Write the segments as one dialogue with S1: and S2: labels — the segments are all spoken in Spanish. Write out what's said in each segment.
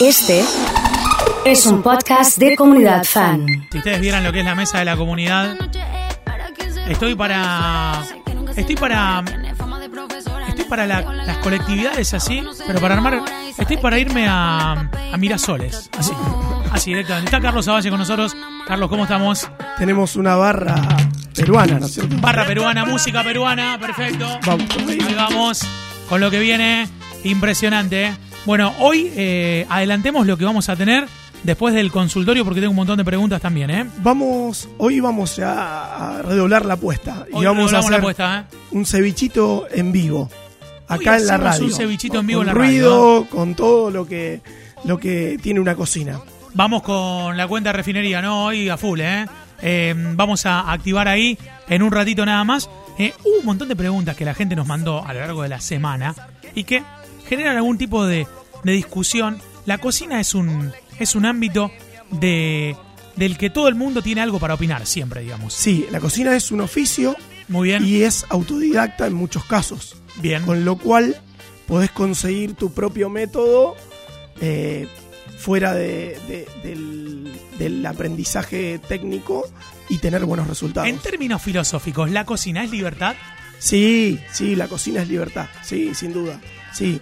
S1: Este es un podcast de comunidad fan.
S2: Si ustedes vieran lo que es la mesa de la comunidad, estoy para. Estoy para. Estoy para la- las colectividades así, pero para armar. Estoy para irme a, a Mirasoles. Así, así directamente. Está Carlos Avalle con nosotros. Carlos, ¿cómo estamos?
S3: tenemos una barra peruana, ¿no es cierto?
S2: Barra peruana, música peruana, perfecto.
S3: Vamos.
S2: Ahí vamos con lo que viene. Impresionante. ¿eh? Bueno, hoy eh, adelantemos lo que vamos a tener después del consultorio porque tengo un montón de preguntas también, ¿eh?
S3: Vamos, hoy vamos a, a redoblar la apuesta
S2: Hoy
S3: y vamos a
S2: redoblamos
S3: hacer
S2: la apuesta, ¿eh?
S3: un cevichito en vivo acá
S2: Hoy
S3: en la
S2: hacemos
S3: radio.
S2: un cevichito en vivo
S3: con
S2: en la radio,
S3: ruido, con todo lo que lo que tiene una cocina.
S2: Vamos con la cuenta de refinería, ¿no? Hoy a full, ¿eh? Eh, vamos a activar ahí en un ratito nada más. Eh, hubo un montón de preguntas que la gente nos mandó a lo largo de la semana y que generan algún tipo de, de discusión. La cocina es un, es un ámbito de, del que todo el mundo tiene algo para opinar, siempre, digamos.
S3: Sí, la cocina es un oficio
S2: Muy bien,
S3: y es autodidacta en muchos casos,
S2: bien.
S3: con lo cual podés conseguir tu propio método eh, fuera de- de- del, del aprendizaje técnico y tener buenos resultados.
S2: En términos filosóficos, ¿la cocina es libertad?
S3: Sí, sí, la cocina es libertad, sí, sin duda, sí.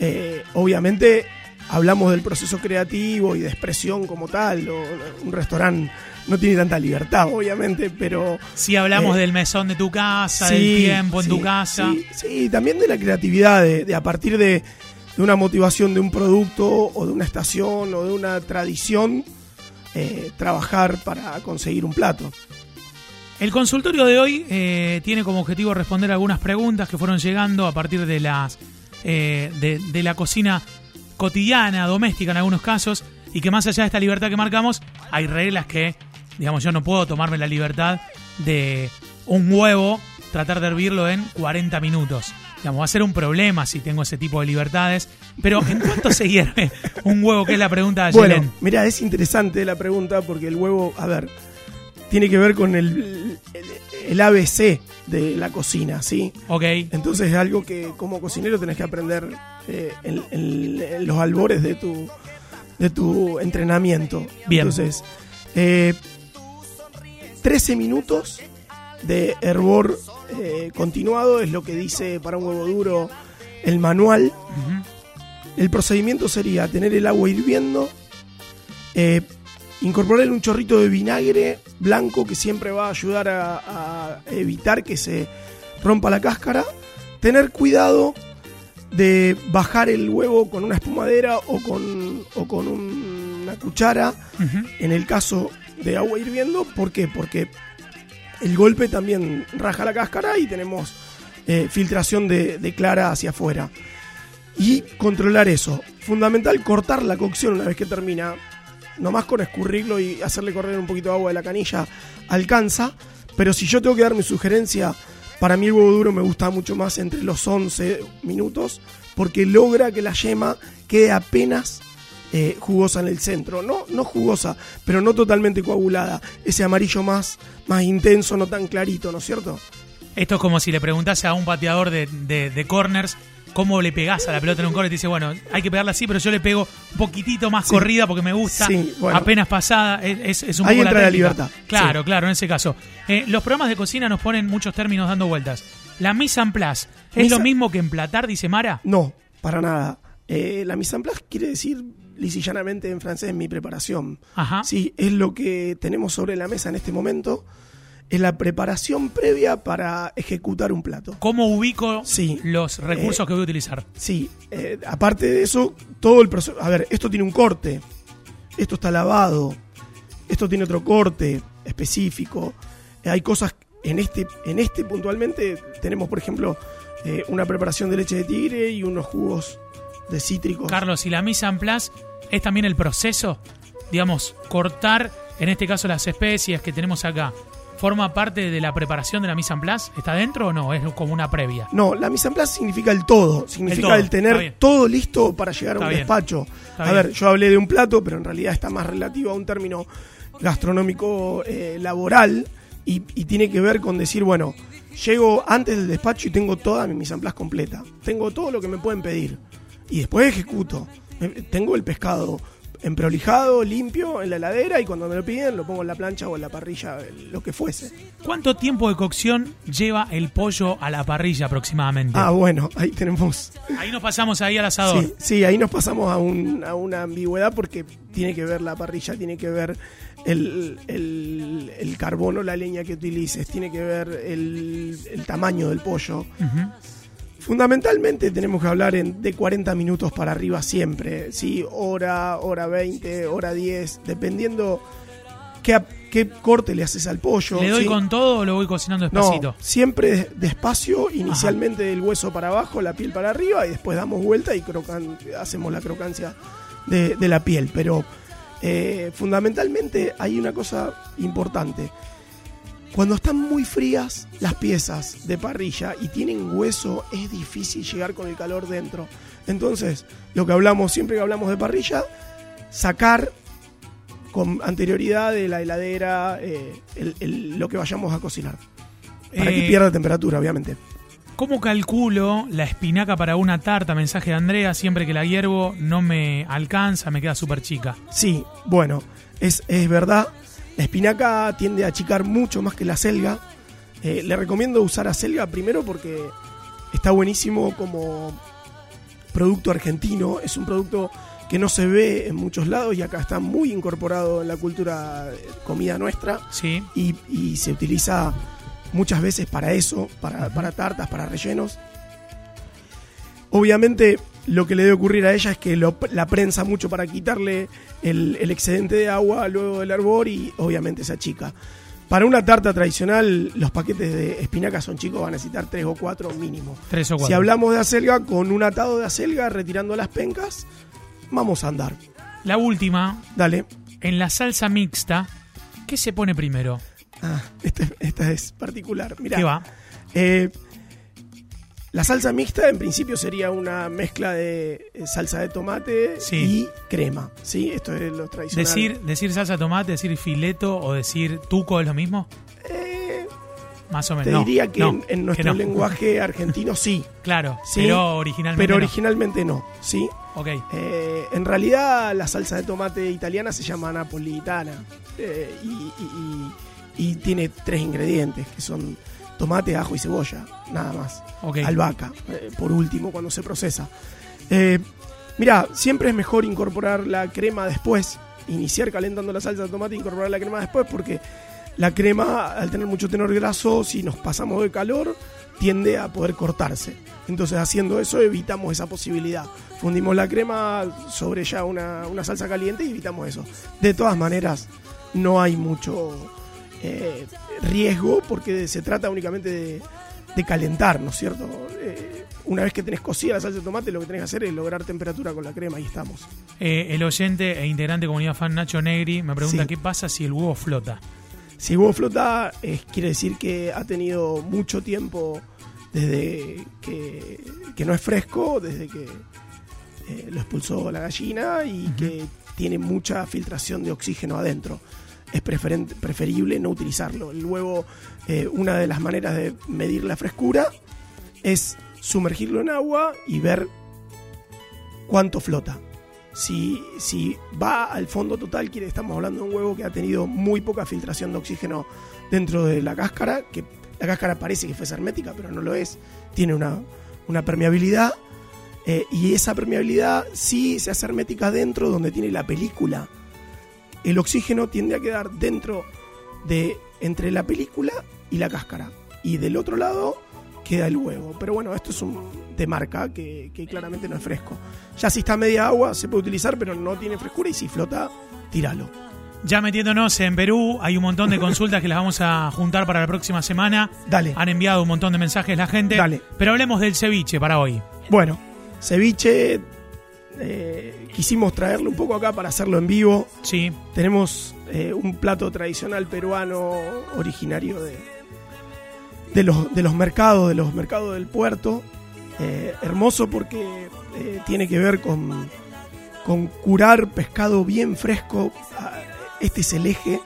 S3: Eh, obviamente hablamos del proceso creativo y de expresión como tal, o- un restaurante no tiene tanta libertad, obviamente, pero...
S2: Si hablamos
S3: Eh,
S2: del mesón de tu casa,
S3: sí,
S2: del tiempo en
S3: sí,
S2: tu casa.
S3: Sí, sí, también de la creatividad, de, de a partir de, de una motivación de un producto o de una estación o de una tradición, eh, trabajar para conseguir un plato.
S2: El consultorio de hoy eh, tiene como objetivo responder algunas preguntas que fueron llegando a partir de las eh, de, de la cocina cotidiana, doméstica en algunos casos, y que más allá de esta libertad que marcamos, hay reglas que, digamos, yo no puedo tomarme la libertad de un huevo tratar de hervirlo en 40 minutos. Digamos, va a ser un problema si tengo ese tipo de libertades. Pero, ¿en cuánto se hierve un huevo? Que es la pregunta de Yelén.
S3: Bueno, mira, es interesante la pregunta porque el huevo, a ver, tiene que ver con el, el- el ABC de la cocina, ¿sí?
S2: Ok.
S3: Entonces es algo que como cocinero tenés que aprender eh, en, en- en los albores de tu, de tu entrenamiento.
S2: Bien.
S3: Entonces, eh, 13 minutos de hervor eh, continuado es lo que dice para un huevo duro el manual.
S2: Ujú.
S3: El procedimiento sería tener el agua hirviendo, eh, incorporar un chorrito de vinagre blanco que siempre va a ayudar a, a evitar que se rompa la cáscara, tener cuidado de bajar el huevo con una espumadera o con, o con un- una cuchara
S2: Ujú.
S3: en el caso de agua hirviendo. ¿Por qué? Porque el golpe también raja la cáscara y tenemos eh, filtración de, de clara hacia afuera. Y controlar eso. Fundamental cortar la cocción una vez que termina. Nomás con escurrirlo y hacerle correr un poquito de agua de la canilla alcanza. Pero si yo tengo que dar mi sugerencia, para mí el huevo duro me gusta mucho más entre los 11 minutos porque logra que la yema quede apenas eh, jugosa en el centro. No, no jugosa, pero no totalmente coagulada. Ese amarillo más, más intenso, no tan clarito, ¿no es cierto?
S2: Esto es como si le preguntase a un pateador de, de- de corners cómo le pegás a la pelota en un corner y te dice, bueno, hay que pegarla así, pero yo le pego un poquitito más corrida porque me gusta,
S3: Sí, bueno.
S2: apenas pasada, es, es- es un
S3: Ahí
S2: poco
S3: entra la
S2: técnica.
S3: libertad,
S2: Claro, claro, en ese caso. Eh, los programas de cocina nos ponen muchos términos dando vueltas. La mise en place, ¿es
S3: Mise-
S2: lo mismo que emplatar, dice Mara?
S3: No, para nada. Eh, la mise en place quiere decir lisa y llanamente en francés mi preparación.
S2: Ajá.
S3: Sí, es lo que tenemos sobre la mesa en este momento. Es la preparación previa para ejecutar un plato.
S2: ¿Cómo ubico
S3: Sí. Eh,
S2: los recursos que voy a utilizar?
S3: Sí, eh, aparte de eso, todo el proceso. A ver, esto tiene un corte, esto está lavado, esto tiene otro corte específico. Eh, hay cosas en este, en este puntualmente tenemos, por ejemplo, eh, una preparación de leche de tigre y unos jugos de cítricos.
S2: Carlos, ¿y la mise en place es también el proceso? Digamos, cortar, en este caso las especies que tenemos acá, ¿forma parte de la preparación de la mise en place? ¿Está dentro o no? Es como una previa.
S3: No, la mise en place significa el todo, significa
S2: todo,
S3: el,
S2: está
S3: tener
S2: bien.
S3: todo listo para llegar a
S2: Está
S3: un
S2: bien,
S3: despacho.
S2: está
S3: A
S2: bien.
S3: ver, yo hablé de un plato, pero en realidad está más relativo a un término gastronómico eh, laboral y, y tiene que ver con decir, bueno, llego antes del despacho y tengo toda mi mise en place completa. Tengo todo lo que me pueden pedir y después ejecuto. Eh, Tengo el pescado emprolijado, limpio, en la heladera y cuando me lo piden lo pongo en la plancha o en la parrilla, el- lo que fuese.
S2: ¿Cuánto tiempo de cocción lleva el pollo a la parrilla aproximadamente?
S3: Ah, bueno, ahí tenemos.
S2: Ahí nos pasamos ahí al asador.
S3: Sí, sí, ahí nos pasamos a, un- a una ambigüedad porque tiene que ver la parrilla, tiene que ver el, el- el carbono, la leña que utilices, tiene que ver el, el tamaño del pollo.
S2: Ujú.
S3: Fundamentalmente tenemos que hablar en- de 40 minutos para arriba siempre, ¿sí? Hora, hora 20, hora 10, dependiendo qué, ap- qué corte le haces al pollo.
S2: ¿Le doy
S3: ¿sí?
S2: con todo o lo voy cocinando despacito?
S3: No, siempre des- despacio, inicialmente del hueso para abajo, la piel para arriba y después damos vuelta y crocan, hacemos la crocancia de, de la piel. Pero eh, fundamentalmente hay una cosa importante. Cuando están muy frías las piezas de parrilla y tienen hueso, es difícil llegar con el calor dentro. Entonces, lo que hablamos siempre que hablamos de parrilla, sacar con anterioridad de la heladera eh, el- el- lo que vayamos a cocinar. Para
S2: Eh,
S3: que pierda temperatura, obviamente.
S2: ¿Cómo calculo la espinaca para una tarta? Mensaje de Andrea, siempre que la hiervo no me alcanza, me queda súper chica.
S3: Sí, bueno, es, es verdad. La espinaca tiende a achicar mucho más que la selga. Eh, le recomiendo usar acelga primero porque está buenísimo como producto argentino. Es un producto que no se ve en muchos lados y acá está muy incorporado en la cultura eh, comida nuestra.
S2: Sí.
S3: y, y se utiliza muchas veces para eso, para, para tartas, para rellenos. Obviamente lo que le debe ocurrir a ella es que lo- la prensa mucho para quitarle el, el excedente de agua luego del hervor y obviamente se achica. Para una tarta tradicional, los paquetes de espinaca son chicos, van a necesitar tres o cuatro mínimo.
S2: Tres o cuatro.
S3: Si hablamos de acelga, con un atado de acelga retirando las pencas, vamos a andar.
S2: La última,
S3: Dale.
S2: en la salsa mixta, ¿qué se pone primero?
S3: Ah, este- esta es particular. Mirá.
S2: ¿Qué va?
S3: Eh, la salsa mixta en principio sería una mezcla de eh, salsa de tomate
S2: Sí.
S3: y crema, ¿sí? Esto es lo tradicional.
S2: ¿Decir, ¿Decir salsa de tomate, decir fileto o decir tuco es lo mismo?
S3: Eh,
S2: Más o menos.
S3: te
S2: pues No,
S3: diría que
S2: no,
S3: en, en nuestro
S2: no.
S3: lenguaje argentino sí,
S2: Claro,
S3: Sí,
S2: pero originalmente.
S3: pero
S2: no.
S3: originalmente no, ¿sí?
S2: Ok.
S3: Eh, en realidad la salsa de tomate italiana se llama napolitana eh, y, y- y- y tiene tres ingredientes que son tomate, ajo y cebolla, nada más.
S2: Ok.
S3: Albahaca, eh, por último, cuando se procesa. Eh, mirá, siempre es mejor incorporar la crema después, iniciar calentando la salsa de tomate e incorporar la crema después porque la crema, al tener mucho tenor graso, si nos pasamos de calor, tiende a poder cortarse. Entonces, haciendo eso, evitamos esa posibilidad. Fundimos la crema sobre ya una, una salsa caliente y evitamos eso. De todas maneras, no hay mucho eh, riesgo porque se trata únicamente de, de calentar, ¿no es cierto? Eh, una vez que tenés cocida la salsa de tomate, lo que tenés que hacer es lograr temperatura con la crema y estamos.
S2: Eh, el oyente e integrante de comunidad fan Nacho Negri me pregunta
S3: Sí.
S2: qué pasa si el huevo flota.
S3: Si huevo flota, eh, quiere decir que ha tenido mucho tiempo desde que, que no es fresco, desde que eh, lo expulsó la gallina y que tiene mucha filtración de oxígeno adentro. Es preferen- preferible no utilizarlo. El huevo, eh, una de las maneras de medir la frescura es sumergirlo en agua y ver cuánto flota. Si, si va al fondo total, quiere, estamos hablando de un huevo que ha tenido muy poca filtración de oxígeno dentro de la cáscara, que la cáscara parece que fue hermética, pero no lo es. Tiene una, una permeabilidad eh, y esa permeabilidad sí se hace hermética dentro donde tiene la película. El oxígeno tiende a quedar dentro de entre la película y la cáscara. Y del otro lado queda el huevo. Pero bueno, esto es un de marca que, que claramente no es fresco. Ya si está media agua se puede utilizar, pero no tiene frescura y si flota, tíralo.
S2: Ya metiéndonos en Perú, hay un montón de consultas que las vamos a juntar para la próxima semana.
S3: Dale.
S2: Han enviado un montón de mensajes la gente.
S3: Dale.
S2: Pero hablemos del ceviche para hoy.
S3: Bueno, ceviche eh, quisimos traerlo un poco acá para hacerlo en vivo.
S2: Sí.
S3: Tenemos eh, un plato tradicional peruano originario de, de, los, de los mercados, de los mercados del puerto. Eh, hermoso porque eh, tiene que ver con, con curar pescado bien fresco. Ah, Este es el eje.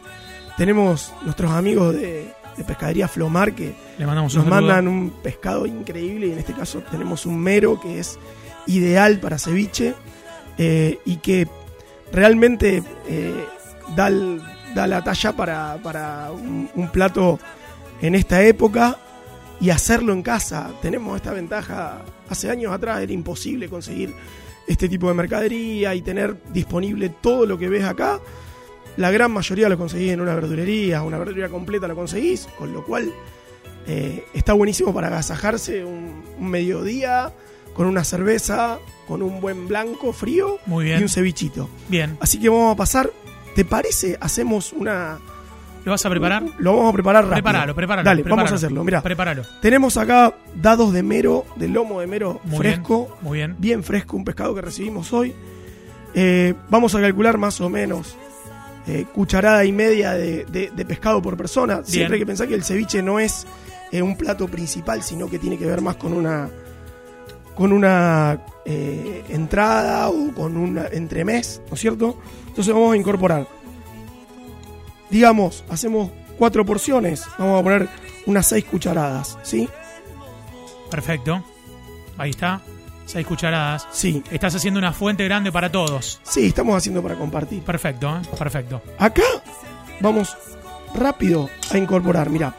S3: Tenemos nuestros amigos de, de Pescadería Flomar que
S2: Le mandamos un
S3: nos
S2: saludo.
S3: mandan un pescado increíble y en este caso tenemos un mero que es ideal para ceviche. eh, y que realmente eh, da, el- da la talla para, para un, un plato en esta época y hacerlo en casa. Tenemos esta ventaja. Hace años atrás era imposible conseguir este tipo de mercadería y tener disponible todo lo que ves acá. La gran mayoría lo conseguís en una verdulería, una verdulería completa lo conseguís, con lo cual eh, está buenísimo para agasajarse un, un mediodía con una cerveza, con un buen blanco frío
S2: Muy bien.
S3: y un cevichito.
S2: Bien.
S3: Así que vamos a pasar, ¿te parece? Hacemos una...
S2: ¿Lo vas a preparar?
S3: Lo vamos a preparar rápido.
S2: Prepáralo, prepáralo.
S3: Dale,
S2: prepáralo.
S3: vamos a hacerlo, mira.
S2: Prepáralo.
S3: Tenemos acá dados de mero, de lomo de mero
S2: Muy
S3: fresco,
S2: bien, Muy bien.
S3: bien fresco, un pescado que recibimos hoy. Eh, vamos a calcular más o menos eh, cucharada y media de, de- de pescado por persona. Siempre hay que pensar que el ceviche no es eh, un plato principal, sino que tiene que ver más con una con una eh, entrada o con un entremés, ¿no es cierto? Entonces vamos a incorporar, digamos, hacemos cuatro porciones, vamos a poner unas seis cucharadas, ¿sí?
S2: Perfecto. Ahí está. Seis cucharadas.
S3: Sí,
S2: Estás haciendo una fuente grande para todos.
S3: sí, estamos haciendo para compartir.
S2: Perfecto, ¿eh? perfecto.
S3: Acá vamos rápido a incorporar. Mirá,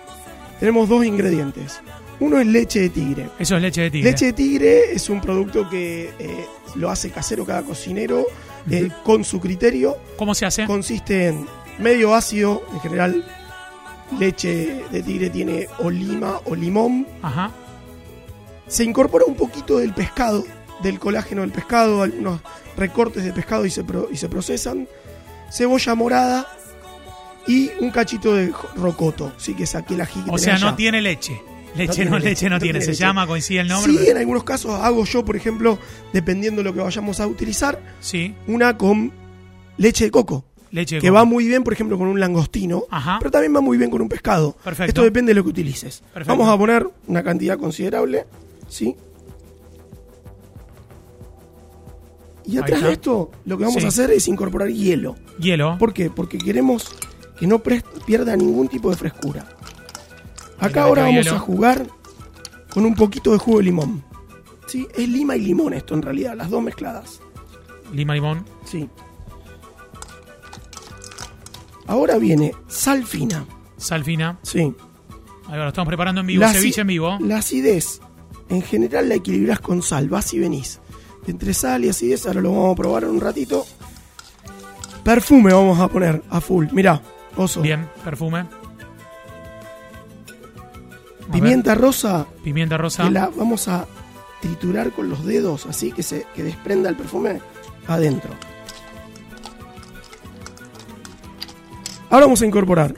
S3: tenemos dos ingredientes. Uno es leche de tigre.
S2: Eso es leche de tigre.
S3: Leche de tigre es un producto que eh, lo hace casero cada cocinero eh, con su criterio.
S2: ¿Cómo se hace?
S3: Consiste en medio ácido, en general leche de tigre tiene o lima o limón.
S2: Ajá.
S3: Se incorpora un poquito del pescado, del colágeno del pescado, algunos recortes de pescado y se, pro- y se procesan. Cebolla morada y un cachito de jo- rocoto, sí que saqué la jiquita.
S2: O sea, no tiene leche. Leche no, leche, no tiene. Se llama, coincide el nombre.
S3: Sí,
S2: pero-
S3: en algunos casos hago yo, por ejemplo, dependiendo de lo que vayamos a utilizar,
S2: Sí,
S3: una con leche de coco,
S2: leche de
S3: que
S2: coco.
S3: va muy bien, por ejemplo, con un langostino,
S2: Ajá.
S3: pero también va muy bien con un pescado.
S2: Perfecto.
S3: Esto depende de lo que utilices.
S2: Perfecto.
S3: Vamos a poner una cantidad considerable, ¿sí? Y atrás
S2: está.
S3: de esto, lo que vamos
S2: Sí.
S3: a hacer es incorporar hielo.
S2: Hielo.
S3: ¿Por qué? Porque queremos que no pres- pierda ningún tipo de frescura.
S2: meto
S3: Acá ahora vamos
S2: hielo.
S3: a jugar con un poquito de jugo de limón. ¿Sí? Es lima y limón esto en realidad, las dos mezcladas.
S2: Lima limón.
S3: Sí. Ahora viene sal fina.
S2: Sal fina.
S3: Sí.
S2: Ahí va, lo estamos preparando en vivo.
S3: La aci-
S2: Ceviche en vivo.
S3: La acidez, en general la equilibrás con sal, vas y venís. Entre sal y acidez, ahora lo vamos a probar en un ratito. Perfume vamos a poner a full. Mirá, oso.
S2: Bien, perfume. A ver,
S3: Pimienta rosa,
S2: Pimienta rosa.
S3: que la vamos a triturar con los dedos, así que se que desprenda el perfume adentro. Ahora vamos a incorporar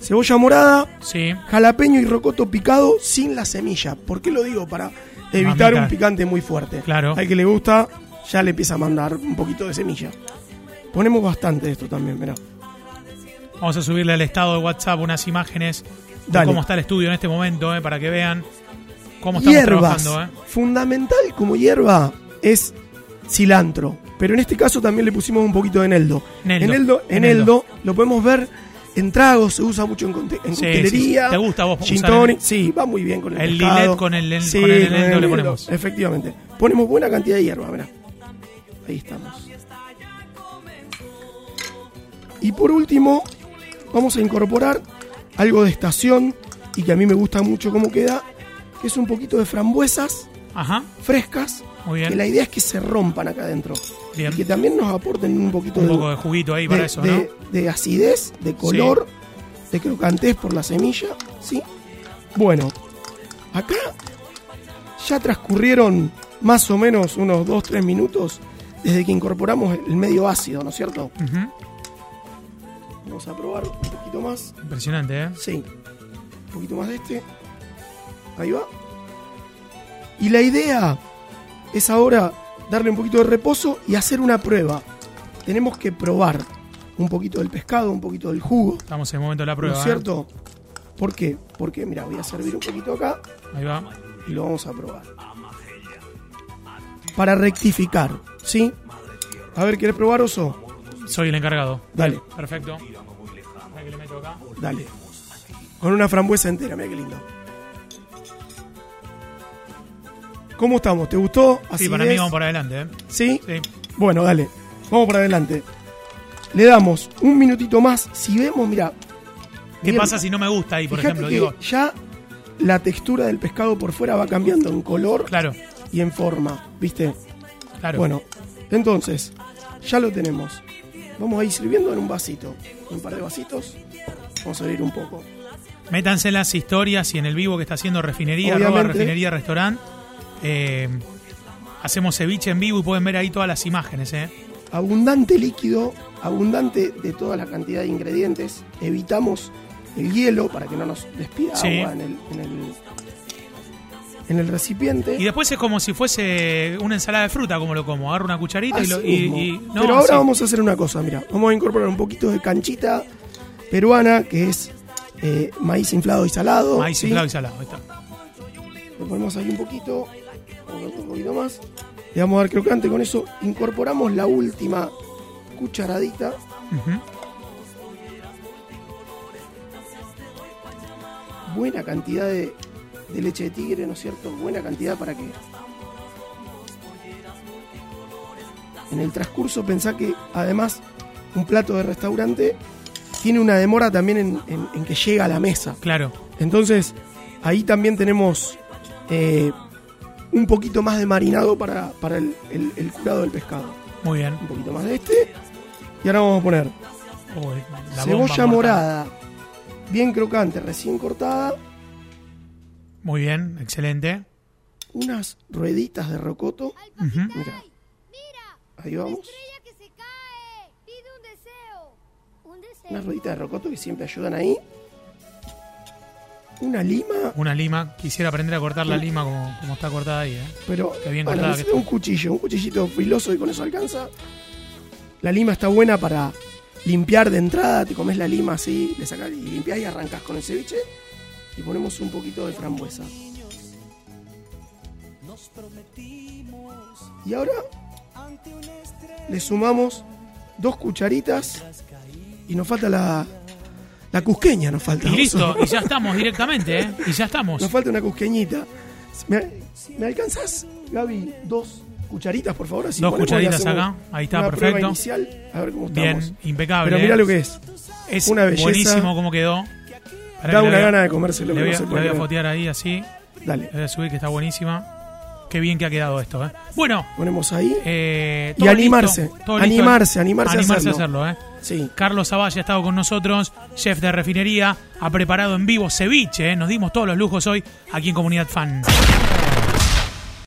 S3: cebolla morada,
S2: Sí.
S3: jalapeño y rocoto picado sin la semilla. ¿Por qué lo digo? Para evitar
S2: Mamita.
S3: un picante muy fuerte.
S2: Claro.
S3: Al que le gusta, ya le empieza a mandar un poquito de semilla. Ponemos bastante de esto también, mirá.
S2: Vamos a subirle al estado de WhatsApp unas imágenes de
S3: Dale.
S2: cómo está el estudio en este momento, eh, para que vean cómo estamos
S3: hierbas.
S2: trabajando. eh.
S3: Fundamental como hierba es cilantro. Pero en este caso también le pusimos un poquito de eneldo.
S2: Eneldo.
S3: Eneldo,
S2: Eneldo.
S3: eneldo, lo podemos ver en tragos, se usa mucho en, conte- en
S2: Sí,
S3: coctelería.
S2: sí, sí. ¿Te gusta vos
S3: gin
S2: usar
S3: tonic.
S2: el-
S3: Sí, va muy bien con el
S2: El
S3: pescado.
S2: Lillet con el en- con el eneldo le ponemos.
S3: Efectivamente. Ponemos buena cantidad de hierba, mirá. Ahí estamos. Y por último, vamos a incorporar algo de estación y que a mí me gusta mucho cómo queda, que es un poquito de frambuesas
S2: Ajá.
S3: frescas.
S2: Muy bien.
S3: Que la idea es que se rompan acá adentro.
S2: Bien.
S3: Y que también nos aporten un poquito
S2: Un poco de juguito ahí para eso,
S3: de- de acidez, de color, de crocantez por la semilla. ¿sí? Bueno, acá ya transcurrieron más o menos unos 2-3 minutos desde que incorporamos el medio ácido, ¿no es cierto?
S2: ¿no? Ujú.
S3: Vamos a probar un poquito más.
S2: Impresionante, ¿eh?
S3: Sí. Un poquito más de este. Ahí va. Y la idea es ahora darle un poquito de reposo y hacer una prueba. Tenemos que probar un poquito del pescado, un poquito del jugo.
S2: Estamos en el momento de la
S3: ¿No
S2: prueba.
S3: es
S2: ¿eh?
S3: cierto? ¿Por qué? Porque, mira, voy a servir un poquito acá
S2: Ahí va.
S3: y lo vamos a probar. Para rectificar, ¿sí? A ver, ¿querés probar, oso?
S2: Soy el encargado.
S3: Dale.
S2: Bien, perfecto. Ahí que le meto acá.
S3: Dale. Con una frambuesa entera, mira qué lindo. ¿Cómo estamos? ¿Te gustó?
S2: Sí,
S3: Acidez.
S2: para mí vamos para adelante, ¿eh?
S3: ¿Sí?
S2: Sí.
S3: Bueno, dale. Vamos para adelante. Le damos un minutito más. Si vemos, mira.
S2: ¿Qué pasa si no me gusta ahí, por ejemplo? Digo,
S3: ya la textura del pescado por fuera va cambiando en color
S2: claro,
S3: y en forma, ¿viste?
S2: claro.
S3: Bueno, entonces, ya lo tenemos. Vamos a ir sirviendo en un vasito. Un par de vasitos. Vamos a abrir un poco.
S2: Métanse en las historias y en el vivo que está haciendo Refinería, arroba
S3: Obviamente.
S2: Refinería Restaurant. Eh, hacemos ceviche en vivo y pueden ver ahí todas las imágenes, ¿eh?
S3: abundante líquido, abundante de toda la cantidad de ingredientes. Evitamos el hielo para que no nos despida
S2: Sí.
S3: agua en el, en el, en el recipiente.
S2: Y después es como si fuese una ensalada de fruta, como lo como. Agarro una cucharita y
S3: Así
S2: lo. y-
S3: mismo.
S2: y- no,
S3: pero ahora
S2: sí.
S3: vamos a hacer una cosa, mira, vamos a incorporar un poquito de canchita peruana, que es eh, maíz inflado y salado.
S2: Maíz
S3: ¿sí?
S2: inflado y salado. ahí está.
S3: Lo ponemos ahí un poquito, un poquito más. Le vamos a dar crocante con eso. Incorporamos la última cucharadita.
S2: Ujú.
S3: buena cantidad de, de leche de tigre, ¿no es cierto? Buena cantidad para que... En el transcurso pensá que además un plato de restaurante tiene una demora también en, en- en que llega a la mesa.
S2: Claro.
S3: Entonces ahí también tenemos eh, un poquito más de marinado para, para el, el- el curado del pescado.
S2: Muy bien.
S3: Un poquito más de este. Y ahora vamos a poner
S2: Uy, la bomba
S3: cebolla
S2: mortal.
S3: morada, bien crocante, recién cortada.
S2: Muy bien, excelente.
S3: unas rueditas de rocoto.
S2: Ujú.
S3: Mira,
S4: Mira,
S3: ahí vamos.
S4: estrella que se cae. Pide un deseo. Un deseo.
S3: Unas rueditas de rocoto que siempre ayudan ahí. Una lima,
S2: Una lima. Quisiera aprender a cortar la lima como, como está cortada ahí, ¿eh?
S3: pero
S2: Qué bien
S3: bueno,
S2: cortada
S3: necesito
S2: que
S3: un cuchillo, un cuchillito filoso y con eso alcanza. La lima está buena para limpiar de entrada, te comes la lima así, le sacas y limpias y arrancas con el ceviche y ponemos un poquito de frambuesa. Y ahora le sumamos dos cucharitas y nos falta la, la cusqueña, nos falta.
S2: Y listo, y ya estamos directamente, ¿eh? Y ya estamos.
S3: Nos falta una cusqueñita. ¿Me, me alcanzas, Gaby, dos cucharitas, por favor? Así
S2: Dos
S3: ponemos y
S2: cucharitas
S3: hacemos
S2: acá. Ahí está,
S3: una prueba
S2: perfecto.
S3: inicial, a ver cómo
S2: Bien,
S3: estamos.
S2: impecable.
S3: Pero mira
S2: ¿eh?
S3: lo que es.
S2: Es
S3: una belleza.
S2: buenísimo como quedó. Pará que
S3: da
S2: le
S3: una
S2: voy a-
S3: gana de comérselo.
S2: Le
S3: que
S2: voy,
S3: no
S2: a,
S3: se
S2: le
S3: puede
S2: voy a
S3: creer.
S2: fotear ahí así.
S3: Dale,
S2: Le voy a subir que está buenísima. Qué bien que ha quedado esto, ¿eh? Bueno,
S3: ponemos ahí.
S2: eh,
S3: Y
S2: todo
S3: animarse,
S2: listo, todo listo.
S3: animarse, animarse a
S2: Animarse
S3: hacerlo.
S2: a hacerlo, ¿eh?
S3: Sí,
S2: Carlos Zavalla ha estado con nosotros, chef de refinería, ha preparado en vivo ceviche, ¿eh? nos dimos todos los lujos hoy aquí en Comunidad Fan.